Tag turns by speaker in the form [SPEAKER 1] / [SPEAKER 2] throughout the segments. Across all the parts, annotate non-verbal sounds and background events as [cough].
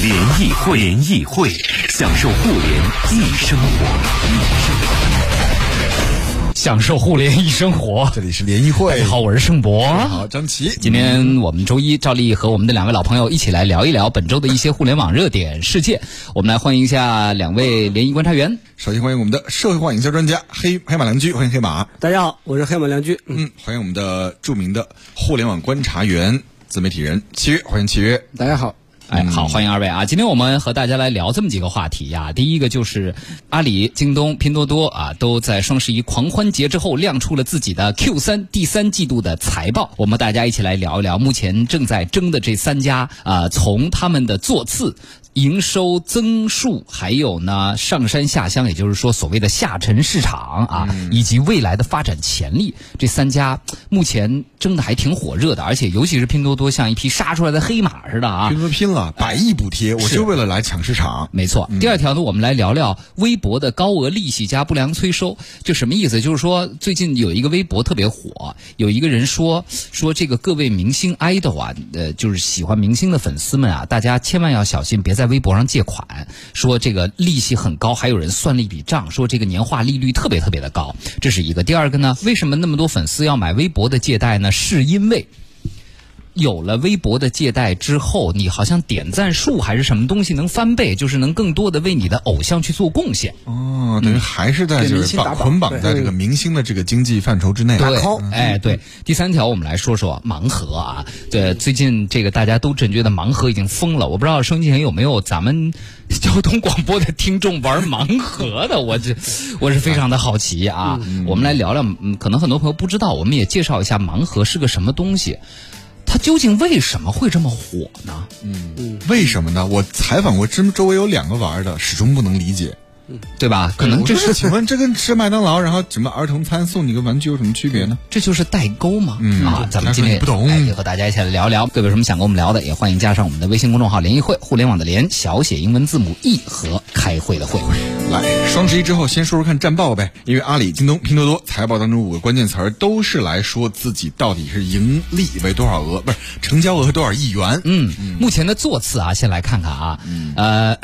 [SPEAKER 1] 联谊会，联谊会，享受互联易生活。
[SPEAKER 2] 享受互联易生活。
[SPEAKER 3] 这里是联谊会。
[SPEAKER 2] 大家好，我是盛博。
[SPEAKER 3] 好，张琪。
[SPEAKER 2] 今天我们周一照例和我们的两位老朋友一起来聊一聊本周的一些互联网热点事件。我们来欢迎一下两位联谊观察员。
[SPEAKER 3] 首先欢迎我们的社会化营销专家黑黑马良驹，欢迎黑马。
[SPEAKER 4] 大家好，我是黑马良驹。
[SPEAKER 3] 嗯，欢迎我们的著名的互联网观察员、自媒体人七月，欢迎七月。
[SPEAKER 5] 大家好。
[SPEAKER 2] 哎，好，欢迎二位啊！今天我们和大家来聊这么几个话题呀、啊。第一个就是阿里、京东、拼多多啊，都在双十一狂欢节之后亮出了自己的 Q 三第三季度的财报。我们大家一起来聊一聊，目前正在争的这三家啊，从他们的座次。营收增速，还有呢上山下乡，也就是说所谓的下沉市场啊，嗯、以及未来的发展潜力，这三家目前争的还挺火热的，而且尤其是拼多多像一匹杀出来的黑马似的啊！
[SPEAKER 3] 拼多多拼了百亿补贴，我就为了来抢市场。
[SPEAKER 2] 没错。嗯、第二条呢，我们来聊聊微博的高额利息加不良催收，这什么意思？就是说最近有一个微博特别火，有一个人说说这个各位明星 idol 啊，呃，就是喜欢明星的粉丝们啊，大家千万要小心，别再。在微博上借款，说这个利息很高，还有人算了一笔账，说这个年化利率特别特别的高，这是一个。第二个呢，为什么那么多粉丝要买微博的借贷呢？是因为有了微博的借贷之后，你好像点赞数还是什么东西能翻倍，就是能更多的为你的偶像去做贡献。
[SPEAKER 3] 哦，
[SPEAKER 2] 嗯
[SPEAKER 3] 等于还是在就是绑捆绑在这个明星的这个经济范畴之内。
[SPEAKER 2] 对，哎，对。第三条，我们来说说盲盒啊。对，最近这个大家都真觉得盲盒已经疯了。我不知道收音机前有没有咱们交通广播的听众玩盲盒的，我这 [laughs] 我是非常的好奇啊。嗯、我们来聊聊，嗯，可能很多朋友不知道，我们也介绍一下盲盒是个什么东西。它究竟为什么会这么火呢？
[SPEAKER 3] 嗯，为什么呢？我采访过真周围有两个玩的，始终不能理解，
[SPEAKER 2] 对吧？可能这是
[SPEAKER 3] 请问这跟吃麦当劳然后什么儿童餐送你个玩具有什么区别呢？
[SPEAKER 2] 这就是代沟嘛。嗯、啊，咱们今天
[SPEAKER 3] 不懂，
[SPEAKER 2] 也和大家一起来聊聊。各位有什么想跟我们聊的，也欢迎加上我们的微信公众号“联谊会”，互联网的“联”小写英文字母 “e” 和开会的“会”。
[SPEAKER 3] 来，双十一之后先说说看战报呗，因为阿里、京东、拼多多财报当中五个关键词儿都是来说自己到底是盈利为多少额，不是成交额多少亿元。
[SPEAKER 2] 嗯，嗯目前的座次啊，先来看看啊，嗯、呃，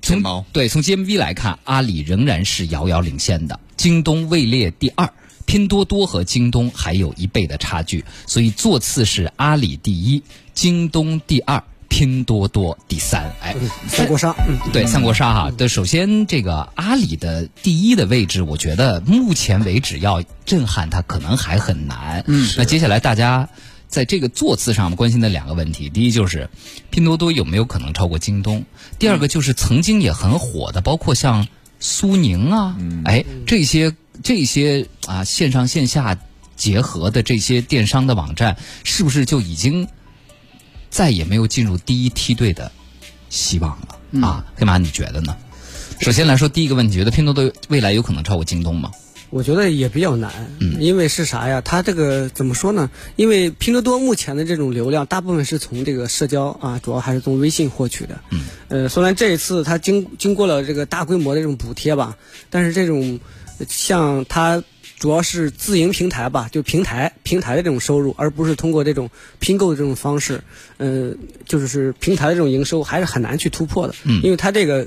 [SPEAKER 2] 从对从 GMV 来看，阿里仍然是遥遥领先的，京东位列第二。拼多多和京东还有一倍的差距，所以座次是阿里第一，京东第二。拼多多第三，哎，
[SPEAKER 4] 三国杀，嗯、
[SPEAKER 2] 对，三国杀哈、啊。对，首先这个阿里的第一的位置，我觉得目前为止要震撼它可能还很难。嗯，那接下来大家在这个座次上关心的两个问题，第一就是拼多多有没有可能超过京东？第二个就是曾经也很火的，包括像苏宁啊，嗯、哎，这些这些啊线上线下结合的这些电商的网站，是不是就已经？再也没有进入第一梯队的希望了、嗯、啊！黑马，你觉得呢？首先来说，第一个问题，觉得拼多多未来有可能超过京东吗？
[SPEAKER 4] 我觉得也比较难，嗯、因为是啥呀？它这个怎么说呢？因为拼多多目前的这种流量，大部分是从这个社交啊，主要还是从微信获取的。嗯。呃，虽然这一次它经经过了这个大规模的这种补贴吧，但是这种像它。主要是自营平台吧，就平台平台的这种收入，而不是通过这种拼购的这种方式，呃，就是平台的这种营收还是很难去突破的，因为它这个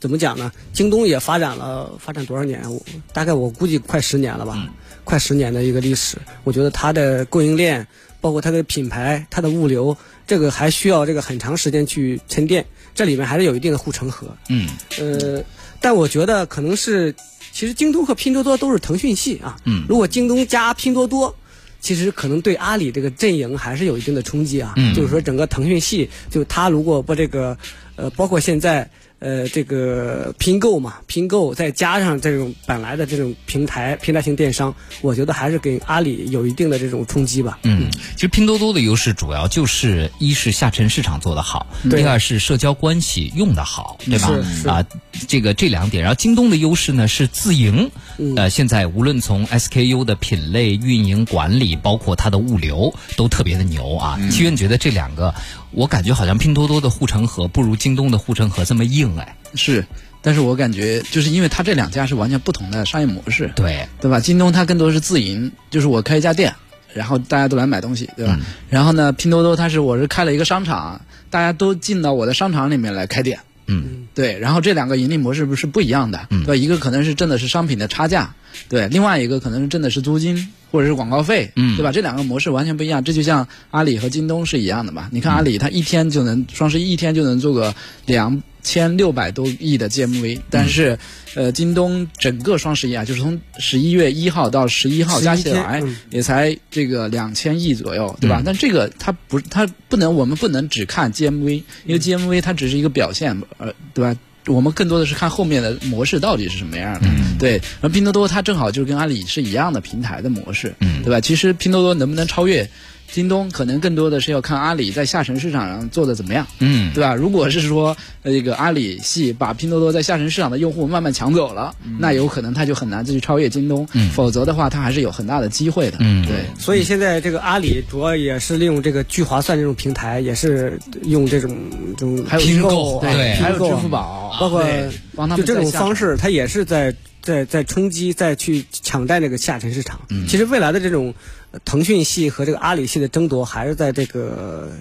[SPEAKER 4] 怎么讲呢？京东也发展了发展多少年？我大概我估计快十年了吧，嗯、快十年的一个历史。我觉得它的供应链，包括它的品牌、它的物流，这个还需要这个很长时间去沉淀，这里面还是有一定的护城河。嗯，呃，但我觉得可能是。其实京东和拼多多都是腾讯系啊，嗯，如果京东加拼多多，其实可能对阿里这个阵营还是有一定的冲击啊。嗯，就是说整个腾讯系，就它如果把这个，呃，包括现在呃这个拼购嘛，拼购再加上这种本来的这种平台平台型电商，我觉得还是给阿里有一定的这种冲击吧。
[SPEAKER 2] 嗯，其实拼多多的优势主要就是一是下沉市场做得好，第二是社交关系用得好，对吧？啊。这个这两点，然后京东的优势呢是自营，呃，现在无论从 SKU 的品类、运营管理，包括它的物流，都特别的牛啊。七月、嗯、觉得这两个，我感觉好像拼多多的护城河不如京东的护城河这么硬哎。
[SPEAKER 5] 是，但是我感觉就是因为它这两家是完全不同的商业模式，
[SPEAKER 2] 对
[SPEAKER 5] 对吧？京东它更多是自营，就是我开一家店，然后大家都来买东西，对吧？嗯、然后呢，拼多多它是我是开了一个商场。大家都进到我的商场里面来开店。
[SPEAKER 2] 嗯，
[SPEAKER 5] 对，然后这两个盈利模式不是不一样的，对吧，一个可能是挣的是商品的差价，对，另外一个可能是挣的是租金或者是广告费，
[SPEAKER 2] 嗯
[SPEAKER 5] 对吧？这两个模式完全不一样，这就像阿里和京东是一样的嘛。你看阿
[SPEAKER 2] 嗯
[SPEAKER 5] 里，它一天就能双十一一天就能做个两千六百多亿的 GMV，但
[SPEAKER 2] 嗯
[SPEAKER 5] 是，呃，京东整个双十一啊，就是从十一月一号到十一号加起
[SPEAKER 4] 11
[SPEAKER 5] 来
[SPEAKER 4] 天嗯
[SPEAKER 5] 也才这个两千亿左右，对吧？但这个它不是它不能，我们不能只看 GMV，因为 GMV 它只是一个表现，呃，对吧？我们更多的是看后面的模式到底是什么样的，对。然后拼多多它正好就是跟阿里是一样的平台的模式，对吧？其实拼多多能不能超越京东，可能更多的是要看阿里在下沉市场上做的怎么样，
[SPEAKER 2] 嗯
[SPEAKER 5] 对吧？如果是说呃这个阿里系把拼多多在下沉市场的用户慢慢抢走了，那有可能它就很难再去超越京东，否则的话它还是有很大的机会的，
[SPEAKER 2] 嗯
[SPEAKER 5] 对。
[SPEAKER 4] 所以现在这个阿里主要也是利用这个聚划算这种平台，也是用这种这种
[SPEAKER 5] 还有
[SPEAKER 4] 拼
[SPEAKER 5] 支付
[SPEAKER 4] 购啊、
[SPEAKER 2] 对
[SPEAKER 5] 还有
[SPEAKER 4] 拼购
[SPEAKER 5] 支
[SPEAKER 4] 啊
[SPEAKER 5] 付宝，
[SPEAKER 4] 包括
[SPEAKER 5] 对帮他
[SPEAKER 4] 就
[SPEAKER 5] 们
[SPEAKER 4] 这种
[SPEAKER 5] 在下
[SPEAKER 4] 方式，它也是在在在冲击，在去抢占这个下沉市场。
[SPEAKER 5] 嗯
[SPEAKER 4] 其实未来的这种呃腾讯系和这个阿里系的争夺，还是在这个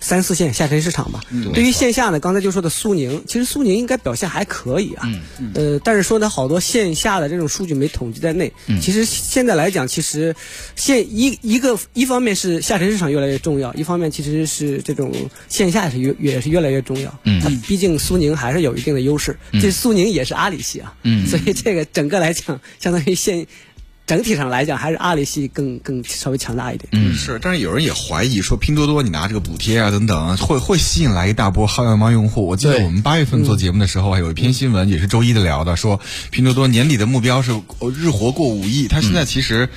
[SPEAKER 4] 三四线下沉市场吧。对于线下呢，刚才就说的苏宁，其实苏宁应该表现还可以啊。呃，但是说呢，好多线下的这种数据没统计在内。其实现在来讲，其实线一一个一方面是下沉市场越来越重要，一方面其实是这种线下是越也是越来越重要。嗯，它毕竟苏宁还是有一定的优势，这苏宁也是阿里系啊。嗯，所以这个整个来讲，相当于线整体上来讲，还是阿里系更更稍微强大一点。
[SPEAKER 3] 嗯，是，但是有人也怀疑说，拼多多你拿这个补贴啊等等，会会吸引来一大波薅羊毛用户。我记得
[SPEAKER 5] 对嗯
[SPEAKER 3] 我们八月份做节目的时候啊，有一篇新闻也是周一的聊的，说拼多多年底的目标是呃日活过五亿，它现
[SPEAKER 5] 嗯
[SPEAKER 3] 在其实。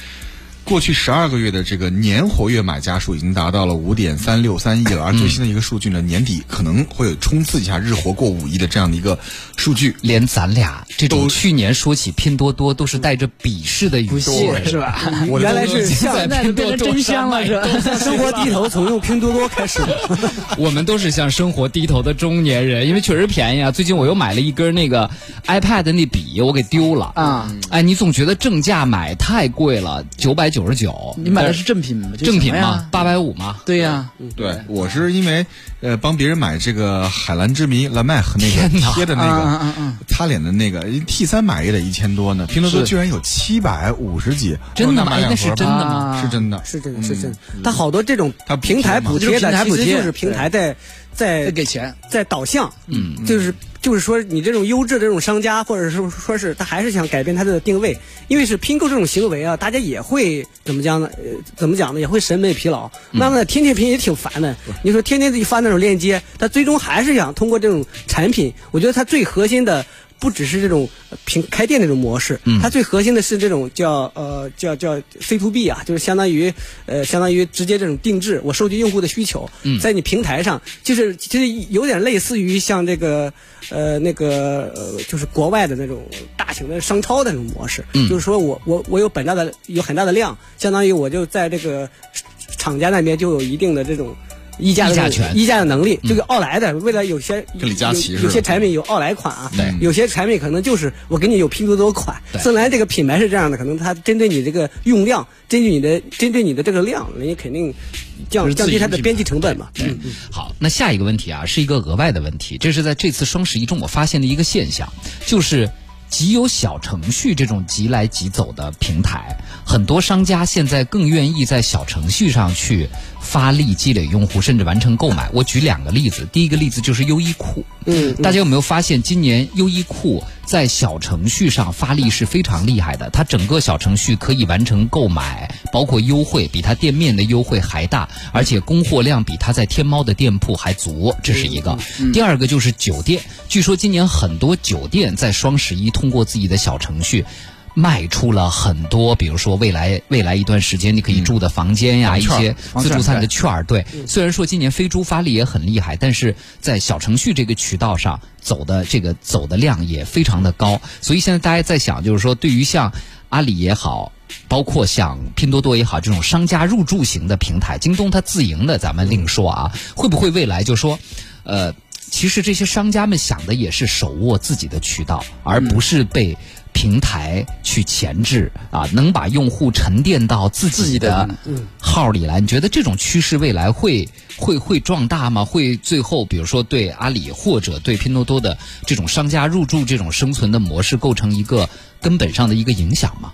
[SPEAKER 3] 过去十二个月的这个年活跃买家数已经达到了五点三六三亿了，而
[SPEAKER 5] 嗯
[SPEAKER 3] 最新的一个数据呢，年底可能会有冲刺一下日活过五亿的这样的一个数据。
[SPEAKER 2] 连咱俩这种
[SPEAKER 3] 都
[SPEAKER 2] 去年说起拼多多都是带着鄙视的语气，
[SPEAKER 5] 是吧？
[SPEAKER 3] 我的
[SPEAKER 4] 原来
[SPEAKER 3] 工作
[SPEAKER 4] 是
[SPEAKER 2] 现
[SPEAKER 4] 向
[SPEAKER 2] 在拼多多上卖
[SPEAKER 5] 吧？
[SPEAKER 4] 生活低头从用拼多多开始的。
[SPEAKER 2] [laughs] 我们都是向生活低头的中年人，因为确实便宜啊。最近我又买了一根那个 iPad 的那笔，我给丢了
[SPEAKER 5] 啊。
[SPEAKER 2] 哎，你总觉得正价买太贵了，九百九十九，
[SPEAKER 5] 你买的是正品吗？就
[SPEAKER 2] 正
[SPEAKER 5] 什
[SPEAKER 2] 品
[SPEAKER 5] 么
[SPEAKER 2] 吗
[SPEAKER 5] 呀？？
[SPEAKER 2] 八百五吗？
[SPEAKER 5] 对呀，
[SPEAKER 3] 对，我是因为呃帮别人买这个海蓝之谜蓝麦和那个
[SPEAKER 2] 天哪啊
[SPEAKER 3] 贴的那
[SPEAKER 5] 嗯嗯
[SPEAKER 3] 个擦脸的那个 T 三买也得一千多呢，拼多多居然有七百五十几，
[SPEAKER 2] 真的吗？
[SPEAKER 3] 我说那买
[SPEAKER 2] 哎
[SPEAKER 3] 两
[SPEAKER 2] 那是
[SPEAKER 3] 盒吧
[SPEAKER 2] 真的吗？
[SPEAKER 5] 啊
[SPEAKER 3] 是真的，
[SPEAKER 4] [laughs] 是真的，是真的。它好多这种
[SPEAKER 3] 它补贴
[SPEAKER 4] 平台
[SPEAKER 3] 嘛
[SPEAKER 4] 补
[SPEAKER 5] 就是
[SPEAKER 4] 贴
[SPEAKER 5] 平
[SPEAKER 4] 的，
[SPEAKER 5] 台
[SPEAKER 4] 其
[SPEAKER 5] 补
[SPEAKER 4] 实
[SPEAKER 5] 贴
[SPEAKER 4] 就是平台在在
[SPEAKER 5] 再给钱。
[SPEAKER 4] 在导向，嗯，就是就是说你这种优质的这种商家，或者是说是他还是想改变他的定位，因为是拼购这种行为啊，大家也会怎么讲呢？呃，怎么讲呢？也会审美疲劳，慢慢的天天拼也挺烦的。你说天天自己发那种链接，他最终还是想通过这种产品，我觉得他最核心的。不只是这种呃平开店这种模式，
[SPEAKER 2] 嗯
[SPEAKER 4] 它最核心的是这种叫呃叫叫 C to B 啊，就是相当于呃相当于直接这种定制，我收集用户的需求，
[SPEAKER 2] 嗯
[SPEAKER 4] 在你平台上，就是其实有点类似于像这个呃那个呃就是国外的那种大型的商超的那种模式，
[SPEAKER 2] 嗯
[SPEAKER 4] 就是说我我我有本大的有很大的量，相当于我就在这个厂家那边就有一定的这种。议价的
[SPEAKER 2] 议价
[SPEAKER 4] 能力
[SPEAKER 2] 权嗯
[SPEAKER 4] 议价的能力，这个奥莱的，未来有些
[SPEAKER 3] 跟李佳琦
[SPEAKER 4] 有
[SPEAKER 3] 似的
[SPEAKER 4] 有些产品有奥莱款啊，有些产品可能就是我给你有拼多多款。森来这个品牌是这样的，可能它针对你这个用量，针对你的针对你的这个量，人家肯定降降低它的边际成本嘛。嗯，
[SPEAKER 2] 好，那下一个问题啊，是一个额外的问题，这是在这次双十一中我发现的一个现象，就是。极有小程序这种即来即走的平台，很多商家现在更愿意在小程序上去发力积累用户，甚至完成购买。我举两个例子，第一个例子就是优衣库，
[SPEAKER 4] 嗯，
[SPEAKER 2] 大家有没有发现今年优衣库在小程序上发力是非常厉害的？它整个小程序可以完成购买，包括优惠，比它店面的优惠还大，而且供货量比它在天猫的店铺还足，这是一
[SPEAKER 4] 嗯
[SPEAKER 2] 个。第二个就是酒店，据说今年很多酒店在双十一通过自己的小程序。卖出了很多，比如说未来未来一段时间你可以住的房间呀，一
[SPEAKER 5] 券儿
[SPEAKER 2] 些
[SPEAKER 5] 房
[SPEAKER 2] 自助
[SPEAKER 5] 券
[SPEAKER 2] 餐
[SPEAKER 5] 对嗯
[SPEAKER 2] 的券儿。对，虽然说今年飞猪发力也很厉害，但是在小程序这个渠道上走的这个走的量也非常的高，所以现在大家在想，就是说对于像阿里也好。包括像拼多多也好，这种商家入驻型的平台，京东它自营的咱们另说啊，会不会未来就说，呃，其实这些商家们想的也是手握自己的渠道，而不是被平台去前置啊，能把用户沉淀到自
[SPEAKER 5] 自己
[SPEAKER 2] 己
[SPEAKER 5] 的
[SPEAKER 2] 的
[SPEAKER 5] 嗯
[SPEAKER 2] 号里来。你觉得这种趋势未来会会会壮大吗？会最后比如说对阿里或者对拼多多的这种商家入驻这种生存的模式构成一个根本上的一个影响吗？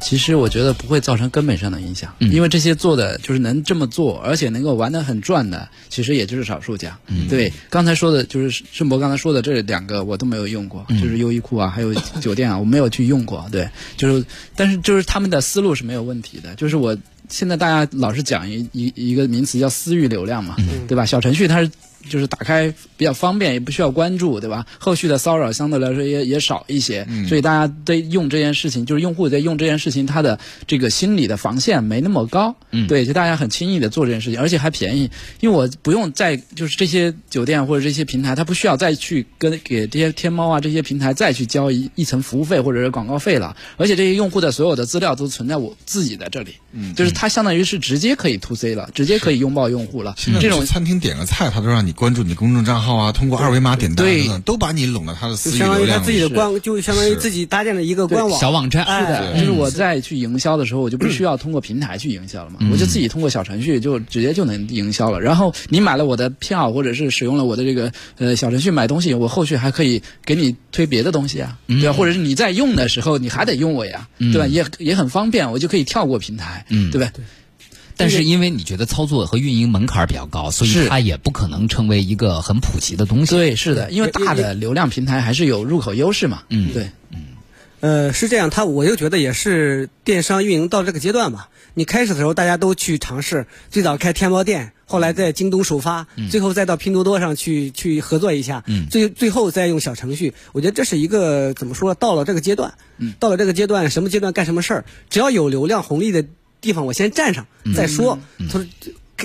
[SPEAKER 5] 其实我觉得不会造成根本上的影响，因为这些做的就是能这么做，而且能够玩得很赚的，其实也就是少数家。对，刚才说的就是盛博刚才说的这两个我都没有用过，就是优衣库啊，还有酒店啊，我没有去用过。对，就是但是就是他们的思路是没有问题的，就是我现在大家老是讲一一一个名词叫私域流量嘛，对吧？小程序它是。就是打开比较方便，也不需要关注，对吧？后续的骚扰相对来说也也少一些，所以大家对用这件事情，就是用户在用这件事情，他的这个心理的防线没那么高，嗯，对，就大家很轻易的做这件事情，而且还便宜，因为我不用再就是这些酒店或者这些平台，它不需要再去跟给这些天猫啊这些平台再去交一一层服务费或者是广告费了，而且这些用户的所有的资料都存在我自己的这里，嗯，就是它相当于是直接可以 to C 了，直接可以拥抱用户了，
[SPEAKER 3] 现在这
[SPEAKER 5] 这种
[SPEAKER 3] 种餐厅点个菜，他都让你关注你公众账号啊，通过二维码点单
[SPEAKER 5] 对
[SPEAKER 3] 等等，都把你拢到他的
[SPEAKER 4] 就
[SPEAKER 3] 私域
[SPEAKER 4] 相当
[SPEAKER 3] 流
[SPEAKER 4] 于他
[SPEAKER 3] 量
[SPEAKER 4] 自己的
[SPEAKER 3] 里。
[SPEAKER 4] 官，就相当于自己搭建了一个官网
[SPEAKER 2] 小网站
[SPEAKER 4] 哎
[SPEAKER 2] 是的
[SPEAKER 5] 就是我在去营销的时候，我就不需要通过平台去营销了嘛，我就自己通过小程序就直接就能营销了。然后你买了我的票，或者是使用了我的这个呃小程序买东西，我后续还可以给你推别的东西啊，对吧？或者是你在用的时候，你还得用我呀，对吧？也也很方便，我就可以跳过平台，对吧？
[SPEAKER 2] 但是因为你觉得操作和运营门槛儿比较高，所以
[SPEAKER 5] 是
[SPEAKER 2] 它也不可能成为一个很普及的东西。
[SPEAKER 5] 对，是的，因为
[SPEAKER 4] 也
[SPEAKER 5] 大的流量平台还是有入口优势嘛，嗯，对。
[SPEAKER 4] 呃，是这样，他我就觉得也是电商运营到这个阶段吧。你开始的时候大家都去尝试，最早开天猫店，后来在京东首发，最后再到拼多多上去去合作一下，最最后再用小程序。我觉得这是一个怎么说呢？到了这个阶段，到了这个阶段，什么阶段干什么事儿，只要有流量红利的地方，我先占上再说。他说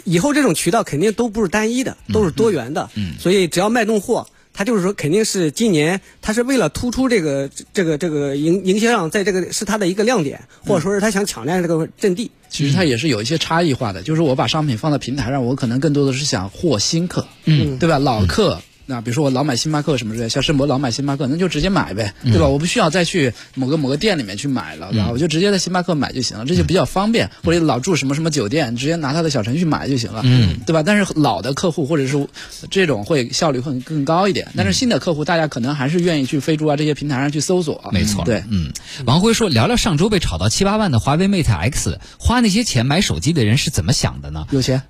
[SPEAKER 4] 以后这种渠道肯定都不是单一的，都是多元的。所以只要卖弄货，他就是说肯定是今年他是为了突出这个这个这个营营销上，在这个是他的一个亮点，或者说是他想抢占这个阵地。
[SPEAKER 5] 其实它也是有一些差异化的，就是我把商品放到平台上，我可能更多的是想获新客，嗯，对吧？老客。那比如说我老买星巴克什么之类，像世博老买星巴克，那就直接买呗，对吧？我不需要再去某个某个店里面去买了，对吧？我就直接在星巴克买就行了，这就比较方便。或者老住什么什么酒店，直接拿他的小程序买就行了，嗯，对吧？但是老的客户或者是这种会效率会更高一点，但是新的客户大家可能还是愿意去飞猪啊这些平台上去搜索，
[SPEAKER 2] 没错，
[SPEAKER 5] 对，
[SPEAKER 2] 嗯，王辉说，聊聊上周被炒到七八万的华为 Mate X，花那些钱买手机的人是怎么想的呢？
[SPEAKER 5] 有钱。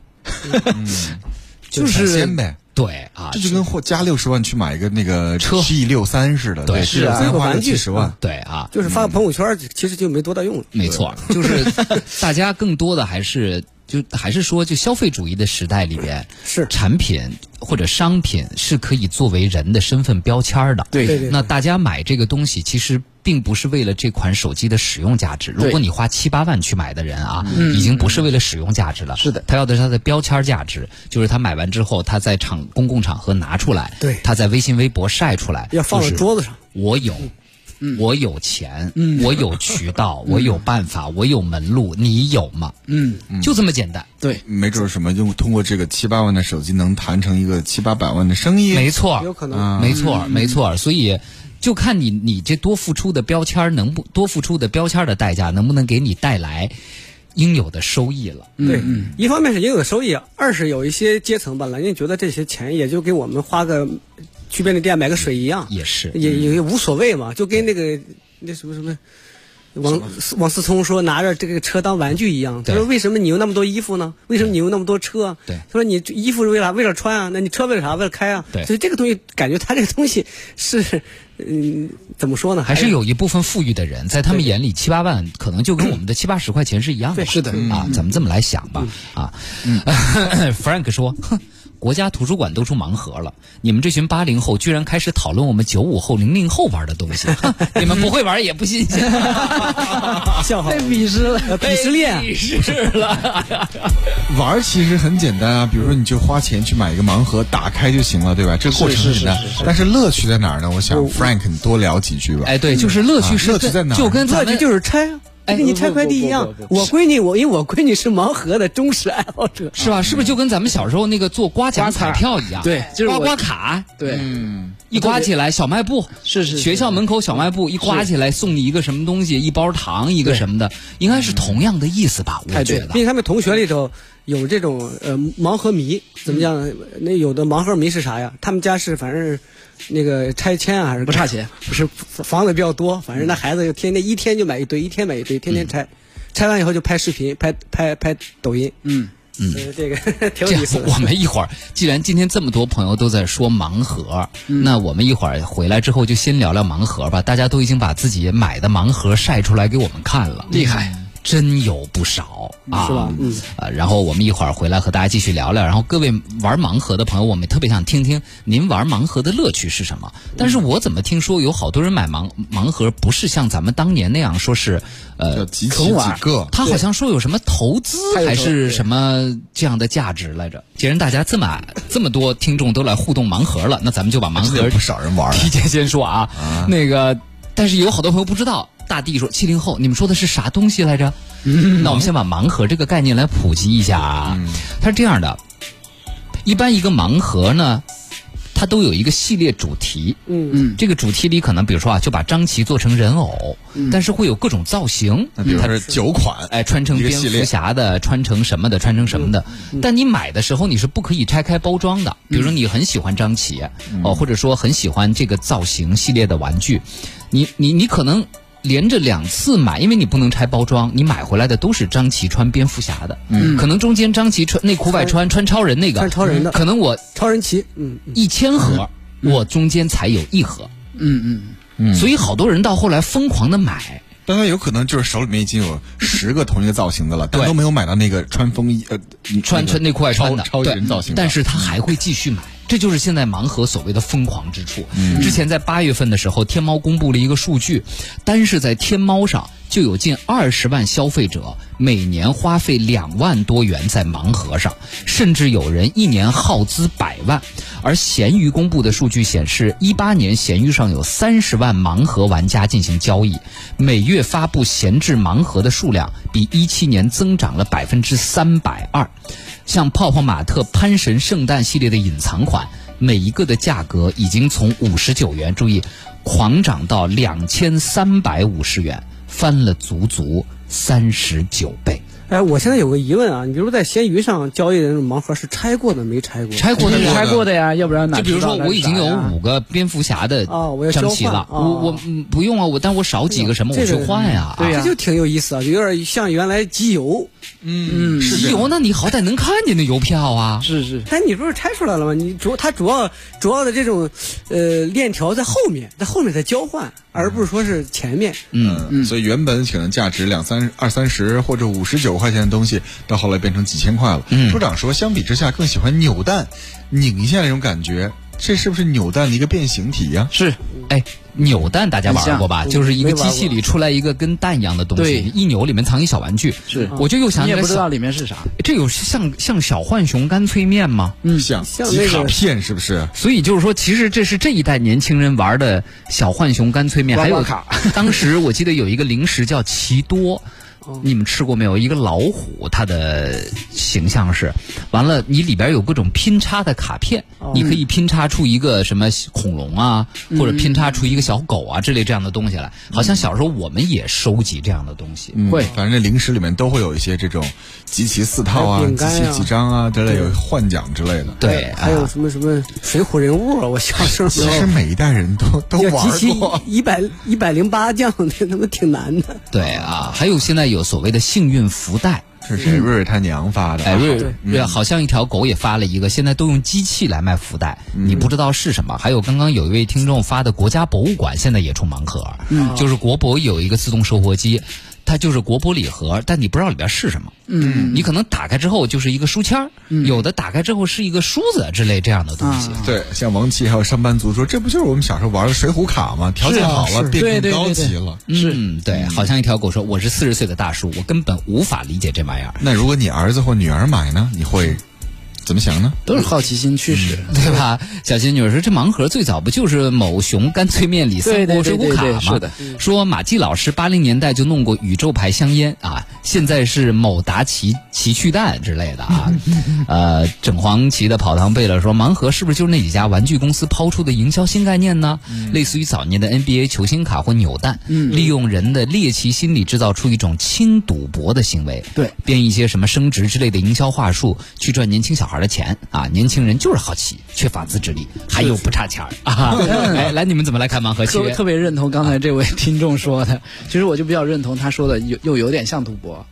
[SPEAKER 2] 就
[SPEAKER 3] 抢
[SPEAKER 2] 是
[SPEAKER 3] 先呗，
[SPEAKER 2] 对啊，
[SPEAKER 3] 这就跟货加六十万去买一个那个
[SPEAKER 2] 车
[SPEAKER 3] G 六三似的，
[SPEAKER 2] 对
[SPEAKER 3] ，G
[SPEAKER 2] 是
[SPEAKER 3] 六
[SPEAKER 4] 啊
[SPEAKER 3] 三花
[SPEAKER 4] 玩
[SPEAKER 3] 了
[SPEAKER 4] 具
[SPEAKER 3] 七十万，
[SPEAKER 2] 对啊，
[SPEAKER 4] 就是发个朋友圈，其实就没多大用了。
[SPEAKER 2] 没错，就是
[SPEAKER 3] [laughs]
[SPEAKER 2] 大家更多的还是就还是说，就消费主义的时代里边，
[SPEAKER 4] 是
[SPEAKER 2] 产品或者商品是可以作为人的身份标签儿的。
[SPEAKER 5] 对
[SPEAKER 4] 对对
[SPEAKER 2] 那大家买这个东西，其实并不是为了这款手机的使用价值。如果你花七八万去买的人啊，
[SPEAKER 4] 嗯
[SPEAKER 2] 已经不是为了使用价值了。
[SPEAKER 5] 是的
[SPEAKER 2] 他要的是他的标签价值，就是他买完之后，他在场公共场合拿出来，
[SPEAKER 4] 对
[SPEAKER 2] 他在微信、微博晒出来，
[SPEAKER 4] 要放
[SPEAKER 2] 就
[SPEAKER 4] 到
[SPEAKER 2] 是
[SPEAKER 4] 桌子上。嗯
[SPEAKER 2] 我有，我有钱，我有渠道，我有办法，我有门路，你有吗？
[SPEAKER 5] 嗯，
[SPEAKER 2] 就这么简单。
[SPEAKER 5] 对，
[SPEAKER 3] 没准儿什么用通过这个七八万的手机能谈成一个七八百万的生意，
[SPEAKER 2] 没错，
[SPEAKER 4] 有可能
[SPEAKER 2] 嗯没错，没错。所以，就看你你这多付出的标签儿能不多付出的标签儿的代价能不能给你带来应有的收益了。
[SPEAKER 4] 对，一方面是也有收益，二是有一些阶层吧，人家觉得这些钱也就给我们花个去便利店买个水一样，
[SPEAKER 2] 也是，
[SPEAKER 4] 也也无所谓嘛，就跟那个那什么什么。王王思聪说：“拿着这个车当玩具一样。”他说：“
[SPEAKER 2] 对
[SPEAKER 4] 为什么你有那么多衣服呢？为什么你有那么多车啊？”
[SPEAKER 2] 对
[SPEAKER 4] 他说：“你衣服是为啥？为了穿啊？那你车为了啥？为了开啊？”
[SPEAKER 2] 对
[SPEAKER 4] 所以这个东西感觉他这个东西是，嗯，怎么说呢？
[SPEAKER 2] 还是有一部分富裕的人，在他们眼里，七八万可能就跟我们的七八十块钱是一样的。
[SPEAKER 4] 对是嗯
[SPEAKER 2] 的啊，咱们这么来想吧啊。Frank 说，哼，国家图书馆都出盲盒了，你们这群八零后居然开始讨论我们九五后、零零后玩的东西，哼你们不会玩也不新鲜，
[SPEAKER 4] 笑话，哎鄙视了，鄙视链。啊
[SPEAKER 2] 鄙视了。
[SPEAKER 3] 玩儿其实很简单啊，比如说你就花钱去买一个盲盒，打开就行了，对吧？这个过程很简单，但是乐趣在哪儿呢？我想 Frank 你多聊几句吧。
[SPEAKER 2] 哎，对，就是乐趣
[SPEAKER 3] 啊
[SPEAKER 2] 是
[SPEAKER 3] 乐趣在哪儿
[SPEAKER 2] 就跟咱
[SPEAKER 4] 乐
[SPEAKER 2] 们
[SPEAKER 4] 趣就是拆啊，就跟你拆快递一样
[SPEAKER 5] 不不不。不
[SPEAKER 4] 我闺女，我因为我闺女是盲盒的忠实爱好者，
[SPEAKER 2] 是吧？是不是就跟咱们小时候那个做刮奖彩票一样？
[SPEAKER 5] 对就是
[SPEAKER 2] 刮
[SPEAKER 5] 我
[SPEAKER 2] 刮卡，
[SPEAKER 5] 对，
[SPEAKER 3] 嗯，
[SPEAKER 2] 一刮起来小卖部
[SPEAKER 5] 是是是
[SPEAKER 2] 学校门口小卖部一刮起来送你一个什么东西，一包糖，一个什么的，应该是同样的意思吧？
[SPEAKER 4] 哎
[SPEAKER 2] 我
[SPEAKER 5] 太对
[SPEAKER 2] 觉
[SPEAKER 5] 了
[SPEAKER 2] 得
[SPEAKER 4] 毕。竟他们同学里头有这种呃盲盒迷，怎么讲？那有的盲盒迷是啥呀？他们家是反正那个拆迁啊，还是
[SPEAKER 5] 不差钱，
[SPEAKER 4] [laughs] 不是房子比较多，反正那孩子就天天一天就买一堆，一天买一堆，天天
[SPEAKER 5] 嗯
[SPEAKER 4] 拆，拆完以后就拍视频，拍拍拍抖音，
[SPEAKER 5] 嗯，
[SPEAKER 4] 嗯，这个 [laughs]
[SPEAKER 2] 这
[SPEAKER 4] 挺有
[SPEAKER 2] 样
[SPEAKER 4] 意思，的
[SPEAKER 2] 我。们一会儿，既然今天这么多朋友都在说盲盒，
[SPEAKER 4] 嗯
[SPEAKER 2] 那我们一会儿回来之后就先聊聊盲盒吧。大家都已经把自己买的盲盒晒出来给我们看了，嗯
[SPEAKER 5] 厉害。
[SPEAKER 2] 真有不少啊，
[SPEAKER 4] 是吧嗯
[SPEAKER 2] 啊，然后我们一会儿回来和大家继续聊聊。然后各位玩盲盒的朋友，我们也特别想听听您玩盲盒的乐趣是什么。但是我怎么听说有好多人买盲盲盒，不是像咱们当年那样说是，
[SPEAKER 3] 叫
[SPEAKER 2] 呃，
[SPEAKER 3] 集齐
[SPEAKER 5] 坑娃
[SPEAKER 3] 几个，
[SPEAKER 2] 他好像说有什么投资
[SPEAKER 5] 他有
[SPEAKER 2] 还
[SPEAKER 5] 投
[SPEAKER 2] 是什么这样的价值来着？既然大家这么这么多听众都来互动盲盒了，那咱们就把盲
[SPEAKER 3] 真的
[SPEAKER 2] 盒
[SPEAKER 3] 有不少人玩儿。
[SPEAKER 2] 提前先说啊。那个，但是有好多朋友不知道，大地说七零后，你们说的是啥东西来着？那我们先把盲盒这个概念来普及一下啊。它是这样的，一般一个盲盒呢，它都有一个系列主题。
[SPEAKER 4] 嗯，
[SPEAKER 2] 这个主题里可能，比如说啊，就把张琪做成人偶，但是会有各种造型。
[SPEAKER 3] 那比如
[SPEAKER 2] 它
[SPEAKER 3] 说九款，
[SPEAKER 2] 嗯哎，穿成
[SPEAKER 3] 一个
[SPEAKER 2] 蝙
[SPEAKER 3] 系列
[SPEAKER 2] 蝠侠的，穿成什么的，穿成什么的。但你买的时候，你是不可以拆开包装的。比如说，你很喜欢张琪，哦，或者说很喜欢这个造型系列的玩具，你你你可能连着两次买，因为你不能拆包装，你买回来的都是张琪穿蝙蝠侠的，可能中间张琪穿内裤外穿穿超人那个，
[SPEAKER 4] 穿超人的
[SPEAKER 2] 可能我
[SPEAKER 4] 超人棋，嗯嗯，
[SPEAKER 2] 一千盒，我中间才有一盒，
[SPEAKER 5] 嗯嗯，
[SPEAKER 2] 所以好多人到后来疯狂的买。
[SPEAKER 3] 但他有可能就是手里面已经有十个同一个造型的了，但
[SPEAKER 2] 对
[SPEAKER 3] 都没有买到那个穿风衣呃
[SPEAKER 2] 穿
[SPEAKER 3] 那个
[SPEAKER 2] 穿内裤外穿的
[SPEAKER 3] 超超
[SPEAKER 2] 对
[SPEAKER 3] 人造型的，
[SPEAKER 2] 但是他还会继续买。这就是现在盲盒所谓的疯狂之处。
[SPEAKER 3] 嗯
[SPEAKER 2] 之前在八月份的时候，天猫公布了一个数据，单是在天猫上就有近二十万消费者每年花费两万多元在盲盒上，甚至有人一年耗资百万。而闲鱼公布的数据显示，一八年闲鱼上有三十万盲盒玩家进行交易，每月发布闲置盲盒的数量比一七年增长了百分之三百二。像泡泡玛特潘神圣诞系列的隐藏款，每一个的价格已经从五十九元，注意，狂涨到两千三百五十元，翻了足足三十九倍。
[SPEAKER 4] 哎，我现在有个疑问啊，你比如在闲鱼上交易的那种盲盒是拆过的没拆过？
[SPEAKER 2] 拆过的
[SPEAKER 3] 对
[SPEAKER 2] 我
[SPEAKER 5] 拆过的呀，要不然哪
[SPEAKER 2] 就比如说，我已经有五个蝙蝠侠的
[SPEAKER 4] 哦我要
[SPEAKER 2] 张
[SPEAKER 4] 交
[SPEAKER 2] 齐
[SPEAKER 4] 换
[SPEAKER 2] 了，
[SPEAKER 4] 哦
[SPEAKER 2] 我我嗯不用啊，我但我少几个什么，我
[SPEAKER 4] 这
[SPEAKER 2] 去
[SPEAKER 4] 个嗯
[SPEAKER 2] 换呀。
[SPEAKER 5] 对呀
[SPEAKER 4] 这就挺有意思啊，就有点像原来集邮。
[SPEAKER 3] 嗯是这
[SPEAKER 2] 集
[SPEAKER 3] 样
[SPEAKER 2] 邮，那你好歹能看见那邮票啊。
[SPEAKER 5] 是是，
[SPEAKER 4] 但你不是拆出来了吗？你主它主要主要的这种呃链条在后面，在后面在交换，而不是说是前面。
[SPEAKER 3] 嗯，所以原本可能价值两三二三十或者五十九块钱的东西，到后来变成几千块了。
[SPEAKER 2] 嗯
[SPEAKER 3] 处长说，相比之下更喜欢扭蛋，拧一下那种感觉，这是不是扭蛋的一个变形体呀、
[SPEAKER 5] 是
[SPEAKER 2] 哎，扭蛋大家玩过吧？
[SPEAKER 4] 很像
[SPEAKER 2] 就是一个
[SPEAKER 4] 没玩
[SPEAKER 2] 机
[SPEAKER 4] 过
[SPEAKER 2] 器里出来一个跟蛋一样的东
[SPEAKER 5] 对
[SPEAKER 2] 西，一扭里面藏一小玩具。
[SPEAKER 5] 是
[SPEAKER 2] 我就又想
[SPEAKER 5] 你
[SPEAKER 2] 起
[SPEAKER 5] 也
[SPEAKER 2] 来
[SPEAKER 5] 不知
[SPEAKER 2] 小
[SPEAKER 5] 道里面是啥，
[SPEAKER 2] 这有像像小浣熊干脆面吗？
[SPEAKER 3] 嗯，像
[SPEAKER 4] 像
[SPEAKER 3] 集
[SPEAKER 4] 那
[SPEAKER 3] 卡
[SPEAKER 4] 个
[SPEAKER 3] 片是不是？
[SPEAKER 2] 所以就是说，其实这是这一代年轻人玩的小浣熊干脆面，
[SPEAKER 5] 刮
[SPEAKER 2] 还有
[SPEAKER 5] 刮卡。
[SPEAKER 2] [laughs] 当时我记得有一个零食叫奇多，
[SPEAKER 4] 嗯
[SPEAKER 2] 你们吃过没有？一个老虎，它的形象是，完了你里边有各种拼插的卡片，
[SPEAKER 4] 哦
[SPEAKER 2] 你可以拼插出一个什么恐龙啊，
[SPEAKER 4] 嗯
[SPEAKER 2] 或者拼插出一个小狗啊之类这样的东西来。好像小时候我们也收集这样的东西。
[SPEAKER 3] 嗯
[SPEAKER 5] 会
[SPEAKER 3] 反正这零食里面都会有一些这种集齐四套啊、
[SPEAKER 4] 还有饼
[SPEAKER 3] 集
[SPEAKER 4] 干呀
[SPEAKER 3] 齐几张啊之类，有换奖之类的。
[SPEAKER 2] 对，
[SPEAKER 4] 还
[SPEAKER 5] 哎
[SPEAKER 4] 有
[SPEAKER 2] 啊
[SPEAKER 4] 什么什么水浒人物啊，我小时
[SPEAKER 5] [laughs]
[SPEAKER 4] 候
[SPEAKER 3] 其实每一代人都都
[SPEAKER 4] 要集
[SPEAKER 3] 玩
[SPEAKER 4] 齐
[SPEAKER 3] 过。
[SPEAKER 4] 一百一百零八将，那他妈挺难的。
[SPEAKER 2] 对啊，还有现在有所谓的幸运福袋。
[SPEAKER 3] 是谁？瑞瑞他娘发的。
[SPEAKER 4] 啊
[SPEAKER 2] 哎，瑞
[SPEAKER 4] 对
[SPEAKER 2] 瑞，
[SPEAKER 5] 嗯
[SPEAKER 2] 好像一条狗也发了一个，现在都用机器来卖福袋，
[SPEAKER 5] 嗯
[SPEAKER 2] 你不知道是什么。还有刚刚有一位听众发的国家博物馆现在也出盲盒，
[SPEAKER 5] 嗯
[SPEAKER 2] 就是国博有一个自动售货机。它就是国博礼盒，但你不知道里边是什么。嗯，你可能打开之后就是一个书签儿，
[SPEAKER 5] 嗯
[SPEAKER 2] 有的打开之后是一个梳子之类这样的东西。
[SPEAKER 5] 啊
[SPEAKER 3] 对，像王琦还有上班族说，这不就是我们小时候玩的水浒卡吗？条件好了，变
[SPEAKER 5] 对
[SPEAKER 3] 更
[SPEAKER 5] 对
[SPEAKER 3] 高
[SPEAKER 5] 对对
[SPEAKER 3] 级了。
[SPEAKER 2] 嗯，对，好像一条狗说：“我是四
[SPEAKER 5] 嗯
[SPEAKER 2] 十岁的大叔，我根本无法理解这玩意儿。”
[SPEAKER 3] 那如果你儿子或女儿买呢，你会怎么想呢？
[SPEAKER 5] 都是好奇心驱使。
[SPEAKER 2] 对吧？小仙女说：“这盲盒最早不就是某熊干脆面里三
[SPEAKER 5] 对
[SPEAKER 2] 锅
[SPEAKER 5] 对
[SPEAKER 2] 水
[SPEAKER 5] 对
[SPEAKER 2] 果
[SPEAKER 5] 对
[SPEAKER 2] 卡吗？
[SPEAKER 5] 对，是的。
[SPEAKER 2] 说马季老师八零年代就弄过宇宙牌香烟啊，现在是某达奇奇趣蛋之类的啊。呃，整黄旗的跑堂贝勒说，盲盒是不是就是那几家玩具公司抛出的营销新概念呢？类似于早年的 NBA 球星卡或扭蛋，利用人的猎奇心理制造出一种轻赌博的行为，
[SPEAKER 5] 对，
[SPEAKER 2] 编一些什么升值之类的营销话术去赚年轻小孩的钱啊。年轻人就是好奇，缺乏自制力，还有不差钱儿啊。哎，来，你们怎么来看盲盒契
[SPEAKER 5] 特
[SPEAKER 2] 约？
[SPEAKER 5] 特别认同刚才这位听众说的，其实我就比较认同他说的，有又有点像赌博，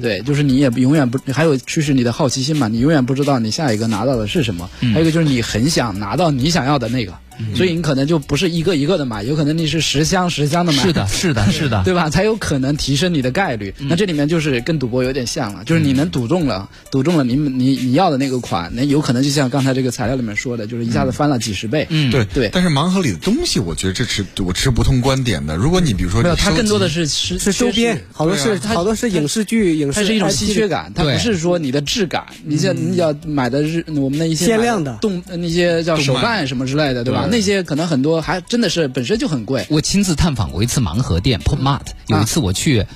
[SPEAKER 5] 对，就是你也不永远不还有驱使你的好奇心嘛，你永远不知道你下一个拿到的是什么，还有一个就是你很想拿到你想要的那个，所以你可能就不是一个一个的买，有可能你是十箱十箱的买，
[SPEAKER 2] 是的，是
[SPEAKER 5] [laughs]
[SPEAKER 2] 的，是的。
[SPEAKER 5] 对吧？才有可能提升你的概率。那这里面就是跟赌博有点像了，就是你能赌中了，赌中了你你你要的那个款，那有可能就像刚才这个材料里面说的，就是一下子翻了几十倍。
[SPEAKER 2] 嗯
[SPEAKER 3] 对
[SPEAKER 5] 对
[SPEAKER 3] 但是盲盒里的东西，我觉得这持我持不通观点的。如果你比如说，
[SPEAKER 5] 没有，
[SPEAKER 3] 嗯收
[SPEAKER 5] 它
[SPEAKER 3] 集
[SPEAKER 5] 更多的是 [laughs] 是
[SPEAKER 4] 是周边，好多
[SPEAKER 3] 对
[SPEAKER 4] 是
[SPEAKER 3] 啊
[SPEAKER 5] 它
[SPEAKER 4] 好多是影视剧，影视哎
[SPEAKER 5] 它是一种
[SPEAKER 4] IP
[SPEAKER 5] 稀缺感，它
[SPEAKER 2] 对
[SPEAKER 5] 不是说你的质感。你像你要买的日，我们的一些
[SPEAKER 4] 限量的
[SPEAKER 5] 买动呃那些叫
[SPEAKER 3] 动漫
[SPEAKER 5] 手办什么之类的，对吧？那些可能很多还真的是本身就很贵。
[SPEAKER 2] 我亲自探访过一次盲盒店 Pop
[SPEAKER 5] 啊
[SPEAKER 2] Mart，有一次我去呃